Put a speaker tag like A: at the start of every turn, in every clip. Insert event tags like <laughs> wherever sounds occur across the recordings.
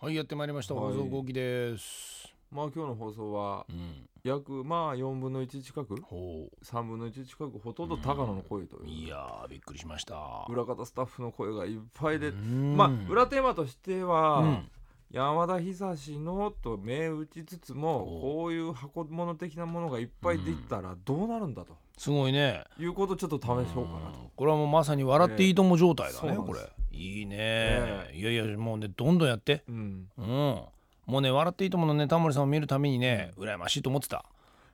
A: はい、やってまいりました。
B: はい
A: 放送後期です。
B: まあ今日の放送は
A: うん。
B: 約まあ4分の1近く
A: ほ
B: 3分の1近くほとんど高野の声と
A: う。
B: い
A: いうやー、びっくりしました。
B: 裏方スタッフの声がいっぱいで、
A: うん
B: まあ裏テーマとしては、
A: うん
B: 山田久志のと銘打ちつつも
A: お
B: こういう箱物的なものがいっぱいできたらどうなるんだと
A: すごいね。
B: いうことをちょっと試そうかなと。
A: これはもうまさに笑っていいとも状態だ
B: え
A: ね、
B: え
A: これ
B: そうな。
A: いいね、
B: え
A: いやいや、もうね、どんどんやって。
B: うん
A: うん。もうね、笑っていいとものね、タモリさんを見るためにね、羨ましいと思ってた。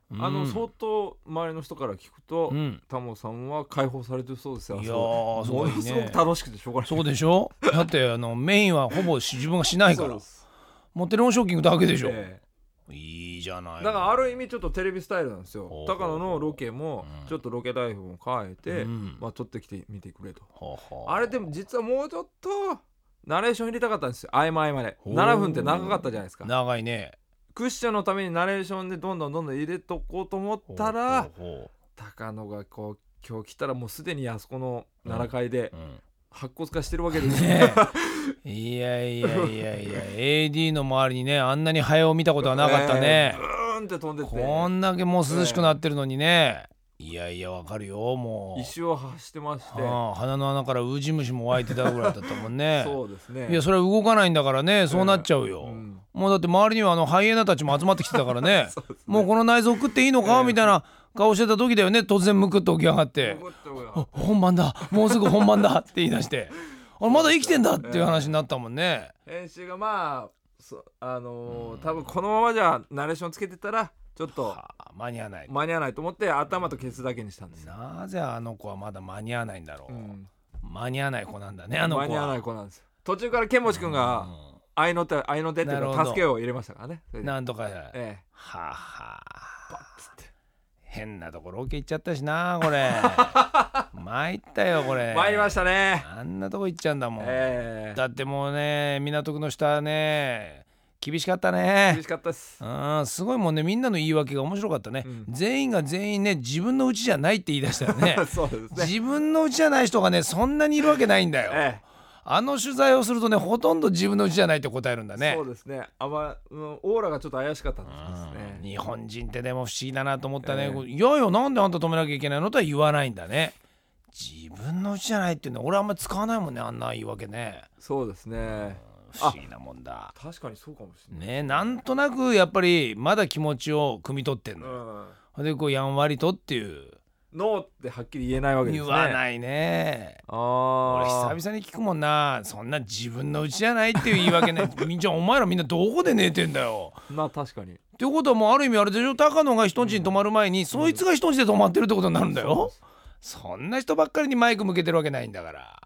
A: うん
B: あの相当周りの人から聞くと、
A: うん。
B: タモさんは解放されてるそうですよ。
A: いや
B: も
A: ー
B: の
A: すごいね
B: すごく楽しくてしょうがない。
A: そうでし
B: <laughs>
A: ょだってあのメインはほぼし自分がしないか
B: そう
A: ら
B: です
A: もうテレフォンショッキングだけでしょ、
B: え
A: いいじゃない
B: え
A: の
B: だからある意味ちょっとテレビスタイルなんですよ
A: ほう。ほうほう
B: 高野のロケも
A: うん
B: ちょっとロケ台本を変えて、
A: うん
B: まあ撮ってきてみてくれと。
A: はは
B: あれでも実はもうちょっとナレーション入れたかったんですよ。合間合間で。
A: ほう
B: 7分って長かったじゃないですか。
A: 長いね
B: クッションのためにナレーションでどんどんどんどん入れとこうと思ったら、
A: ほうほ
B: 高野がこう今日来たらもうすでにあそこの7階で
A: うほううん
B: 白骨化してるわけですよ。
A: ねえいやいやいやいや AD の周りにねあんなにハエを見たことはなかったね
B: えー、 <laughs> ブーンって飛んでって
A: こんだけもう涼しくなってるのにね、いやいやわかるよもう
B: 石を発してまして、
A: はあ鼻の穴からウジ虫も湧いてたぐらいだったもんね
B: そうですね
A: いやそれは動かないんだからねそうなっちゃうよ、
B: うん
A: もうだって周りにはあのハイエナたちも集まってきてたからね
B: <laughs> そうですね
A: もうこの内臓食っていいのかみたいな顔してた時だよね突然むくっと起き上がって
B: 怒った
A: あ
B: よ
A: 本番だもうすぐ本番だって言い出してあまだ生きてんだっていう話になったもんね、
B: 編集がまあそあのー多分このままじゃナレーションつけてたらちょっと
A: はあ間に合わない、
B: 間に合わないと思って頭とケツだけにしたんですよ、
A: なぜあの子はまだ間に合わないんだろう、
B: うん
A: 間に合わない子なんだねあの子
B: 間
A: は
B: に合わない子なんですよ途中からケンモチ君
A: う
B: が愛の手愛の手ってい
A: な
B: う
A: るほ
B: か
A: ど
B: 助けを入れましたからねそれ
A: ん
B: で
A: なんとか、
B: え
A: はあは
B: え
A: あ
B: バッつって
A: 変なとこロケ行っちゃったしなこ
B: <laughs>
A: れ参ったよこれ
B: 参りましたね
A: あんなとこ行っちゃうんだもん、
B: ええ
A: だってもうね港区の下ね厳しかった
B: 厳
A: ね
B: しかったです
A: うんすごいもんねみんなの言い訳が面白かったね、
B: うん
A: 全員が全員ね自分のうちじゃないって言い出したよね
B: <laughs> そうですね
A: 自分のうちじゃない人がねそんなにいるわけないんだよ、
B: ええ
A: あの取材をするとねほとんど自分のうちじゃないって答えるんだね
B: そうですね。あま、うんオーラがちょっと怪しかったんです
A: うん
B: ね。
A: 日本人ってでも不思議だなと思ったね、
B: え
A: いやいやなんであんた止めなきゃいけないのとは言わないんだね自分のうちじゃないっていうの俺あんまり使わないもんねあんな言い訳ね
B: そうですね。
A: 不思議なもんだ
B: 確かにそうかもしれない。
A: ねなんとなくやっぱりまだ気持ちを汲み取ってん
B: う
A: の、
B: ん。
A: でこうやんわりとっていう
B: ノーってはっきり言えないわけです
A: 言
B: ね。
A: わ
B: い。
A: ないね
B: あ
A: 俺
B: あ。
A: 久々に聞くもんなそんな自分のうちじゃないっていう言い訳 <laughs> ねみんちゃんお前らみんなどこで寝てんだよ
B: まあ確かに。
A: っていうことはもうある意味あれでしょ高野が人んちに泊まる前に、そいつが人んちで泊まってるってことになるんだよそんな人ばっかりにマイク向けてるわけないんだから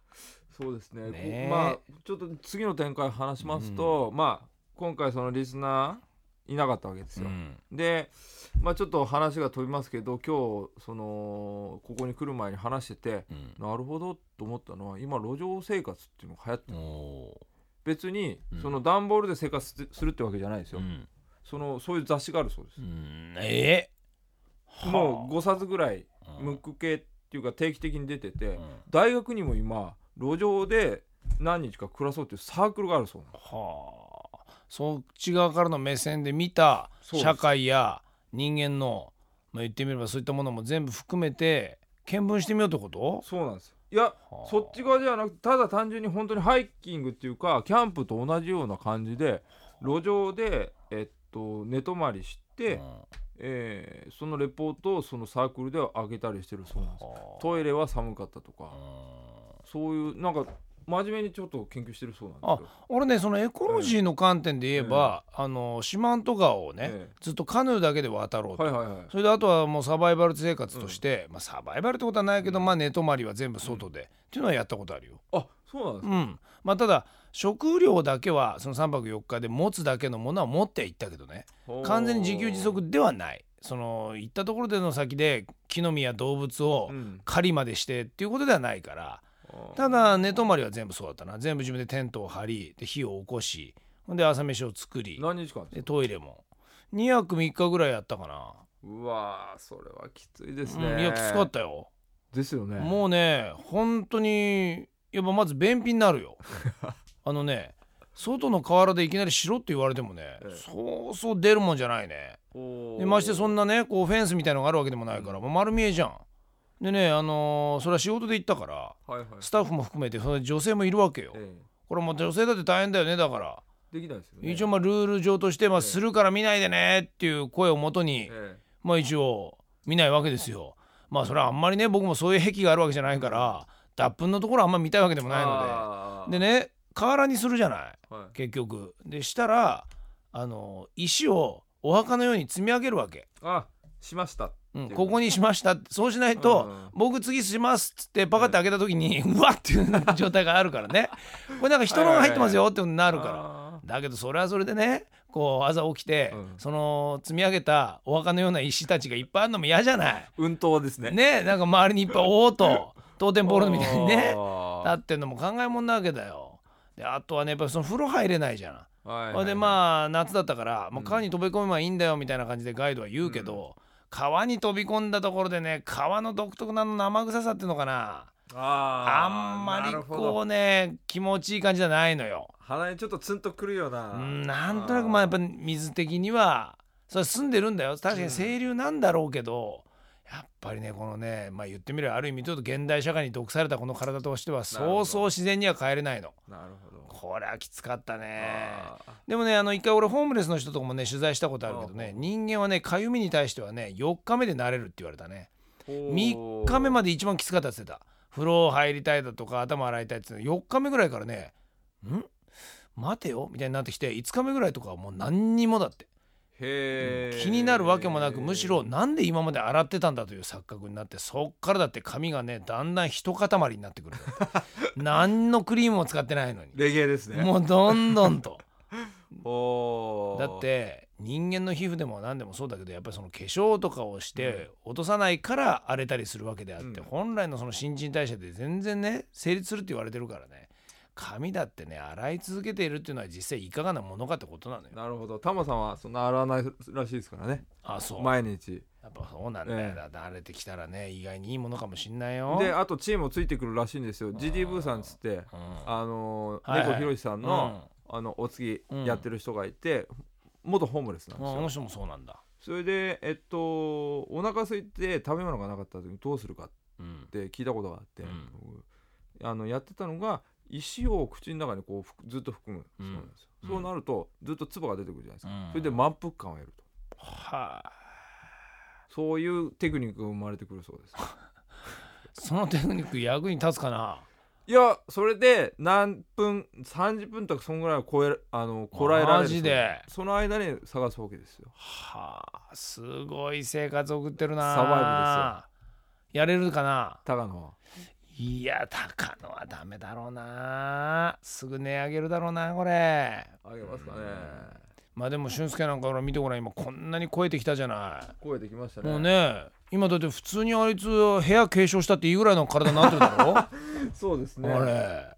B: そうですね。
A: ねえ
B: こまあちょっと次の展開を話しますと、まあ今回そのリスナーいなかったわけですよ。で、まあちょっと話が飛びますけど、今日そのここに来る前に話してて。なるほどと思ったのは今路上生活っていうのが流行ってる別に
A: うん
B: その段ボールで生活すするってわけじゃないですよ、そのそういう雑誌があるそうです、
A: え
B: もう5冊ぐらい
A: うん
B: ムック系っていうか定期的に出てて、大学にも今路上で何日か暮らそうっていうサークルがあるそうなんで
A: はあそっち側からの目線で見た
B: そうです
A: 社会や人間の、まあ、言ってみればそういったものも全部含めて見聞してみようってこと
B: すそうなんですよいや
A: はあ
B: そっち側ではなくてただ単純に本当にハイキングっていうかキャンプと同じような感じで路上でえっと寝泊まりして、
A: うん
B: えーそのレポートをそのサークルでは上げたりしてるそうなんです
A: はあ
B: トイレは寒かったとか、
A: うん
B: そういうなんか真面目にちょっと研究してるそうなんですよ。
A: 俺ねそのエコロジーの観点で言えば、あの四万十川をね、
B: ええ
A: ずっとカヌーだけで渡ろうと、
B: はいはいはい。
A: それであとはもうサバイバル生活として、まあ、サバイバルってことはないけど、まあ、寝泊まりは全部外で、っていうのはやったことあるよ。
B: あそうなんです
A: う
B: か。
A: んまあ、ただ食料だけはその3泊4日で持つだけのものは持っていったけどね
B: ほう
A: 完全に自給自足ではないその行ったところでの先で木の実や動物を
B: うん
A: 狩りまでしてっていうことではないから、
B: あ
A: ただ寝泊まりは全部そうだったな全部自分でテントを張りで火を起こしほんで朝飯を作り
B: 何日間です
A: で
B: か
A: トイレも2泊3日ぐらいやったかな
B: うわーそれはきついです
A: う
B: ね。
A: んいやきつかったよ、
B: ですよね。
A: もうね本当にやっぱまず便秘になるよあのね外の河原でいきなりしろって言われてもね、
B: <laughs> ええ
A: そうそう出るもんじゃないねで
B: で
A: ましてそ
B: なん
A: なねこうフェンスみたいのがあるわけでもないから、もう丸見えじゃんでねあのーそれは仕事で行ったから
B: はいはい
A: スタッフも含めてその女性もいるわけよ、
B: え
A: これもう女性だって大変だよねだから、
B: えできないですよね
A: 一応まあルール上として、まあ、
B: ええ
A: するから見ないでねっていう声をもとに、
B: え
A: まあ一応見ないわけですよまあそれはあんまりね僕もそういう癖があるわけじゃないから脱粉のところはあんま見たいわけでも
B: え
A: ないの
B: あー
A: ででね河原にするじゃない
B: は
A: 結局でしたらあの石をお墓のように積み上げるわけ、
B: いあしました
A: うん、ここにしましたってそうしないと、
B: うん
A: 僕次しますっつってパカって開けた時に、うわっっていう状態があるからねこれなんか人のが入ってますよってことになるから
B: ら
A: だけどそれはそれでねこう朝起きて、
B: うん
A: その積み上げたお墓のような石たちがいっぱいあるのも嫌じゃない
B: 運動ですね
A: ねなんか周りにいっぱいおおと当店ボールみたいにねな
B: あ
A: ってんのも考えもんなわけだよであとはねやっぱりその風呂入れないじゃん、
B: ーはい
A: ほんで
B: あ
A: まあ夏だったから、まあ、川に飛び込めばいいんだよみたいな感じでガイドは言うけど、川に飛び込んだところでね川の独特なの生臭さっていうのかなあ
B: あー
A: んまり
B: なるほど
A: こうね気持ちいい感じじゃないのよ
B: 鼻にちょっとツンとくるような
A: うんなんとなくまあやっぱ水的にはそれ住んでるんだよ確かに清流なんだろうけど、やっぱりねこのねまあ言ってみればある意味ちょっと現代社会に毒されたこの体としては
B: なるほ
A: そう
B: ど
A: そう自然には帰れないの
B: なるほど
A: これはきつかったね
B: あー
A: でもねあの一回俺ホームレスの人とかもね取材したことあるけど
B: あ
A: ね
B: あ
A: 人間はねかゆみに対してはね4日目で慣れるって言われたね3日目ま
B: で
A: で一番きつかったって言ってた風呂入りたいだとか頭洗いたいって言って4日目ぐらいからね「ん待てよ」みたいになってきて5日目ぐらいとかはもう何にもだって気になるわけもなくむしろなんで今まで洗ってたんだという錯覚になってそっからだって髪がねだんだん一塊になって
B: <laughs>
A: くるんだって何のクリームも使ってないのに
B: レゲエですね
A: もうどんどんと
B: おー
A: だって人間の皮膚でも何でもそうだけどやっぱりその化粧とかをして落とさないから荒れたりするわけであって、
B: うん
A: 本来のその新陳代謝で全然ね成立するって言われてるからね髪だってね洗い続けているっていうのは実際いかがなものかってことなのよ。
B: なるほどタマさんはそんな洗わないらしいですからね
A: あそう
B: 毎日
A: やっぱそうなんだよ、
B: ええ
A: だ慣れてきたらね意外にいいものかもしんないよ。
B: であとチームもついてくるらしいんですよ GD ブーさんっつって
A: うん
B: あのー
A: はいはい
B: 猫ひろしさんの,、あのお次
A: うん
B: やってる人がいて、元ホームレスなん
A: う
B: で
A: ん
B: す
A: あ
B: よ、
A: この人もそうなんだ。
B: それでえっとお腹空いて食べ物がなかった時にどうするかっ
A: うん
B: て聞いたことがあって、
A: うん
B: あのやってたのが石を口の中にこうふくずっと含む、
A: うん
B: そうなんですよ
A: うん
B: そうなるとずっと唾が出てくるじゃないですか、
A: うん
B: それで満腹感を得ると
A: はあ
B: そういうテクニックが生まれてくるそうです <laughs>
A: そのテクニック役に立つかな。
B: いやそれで何分30分とかそんぐらいは超えあのこらえられる
A: マジで
B: その間に探すわけですよ
A: はあすごい生活送ってるな
B: サバ
A: イブですよやれるかな
B: 高野はい
A: や高野はダメだろうなすぐ値上げるだろうなこれ
B: あげますかね
A: まあでも俊介なんかほら見てごらん今こんなに超えてきたじゃな
B: 声できました
A: いも
B: ね
A: うね今だって普通にあいつ部屋継承したっていいぐらいの体になってるだろ
B: そうですね
A: これ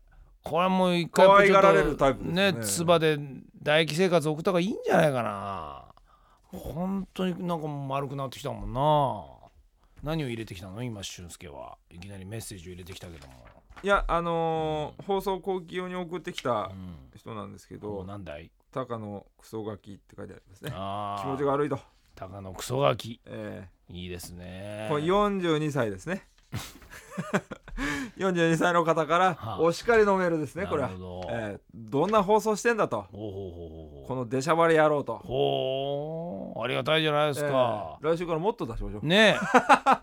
A: これはもう一回やっぱちょっと
B: 可愛がられるタイプですね
A: ね唾で唾液生活送った方がいいんじゃないかな本当になんか丸くなってきたもんな何を入れてきたの今俊介はいきなりメッセージを入れてきたけども、
B: いやあのー放送後期用に送ってき
A: う
B: た
A: ん、
B: 人なんですけ
A: どう
B: ど
A: なんだい
B: 「高野クソガキ」って書いてありますね
A: あ
B: 気
A: あ
B: 持ちが悪いと、
A: 高野クソガキ
B: え
A: いいです
B: え
A: ね
B: これ42歳です
A: <laughs>
B: ね42歳の方か
A: は
B: ら
A: あ
B: お叱りのメールですねこれ
A: な
B: は
A: るほど、
B: ええどんな放送してんだと
A: ほうほうほう
B: こ
A: ほう
B: の出しゃばり野郎と
A: ほうほうありがたいじゃないですか、
B: ええ来週からもっと出しましょう、
A: ね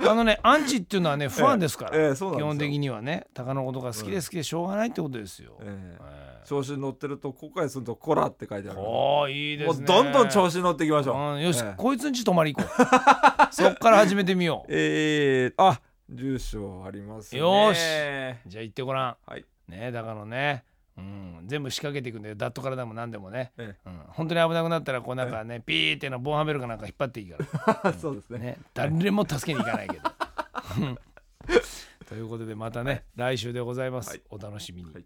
A: えあのねアンチっていうのはね不安ですから、
B: ええそうなんですよ
A: 基本的にはね鷹のことが好きで好きでしょうがないってことですよ、
B: ええ
A: え
B: 調子に乗ってると後悔すると「コラ」って書いてあ
A: え
B: る
A: おーいいで
B: も
A: す
B: う
A: ね
B: どんどん調
A: 子
B: 子に乗っていきましょ
A: う
B: う、
A: ん、よし、
B: ええ
A: こいつんち泊まり行こ
B: <laughs>
A: うそっから始めてみよう
B: えー、あ住所ありますね
A: よーしじゃあ行ってごらん
B: はい
A: ねえ鷹のねうん、全部仕掛けていくんだよダットからでも何でもね、
B: え
A: うん、本当に危なくなったらこうなんかねピーってのボンハベルかなんか引っ張っていいから
B: <laughs> あ <laughs> そうですね
A: ね、誰も助けに行かないけど。ということでまたね、来週でございます。
B: はい
A: お楽しみに。
B: はい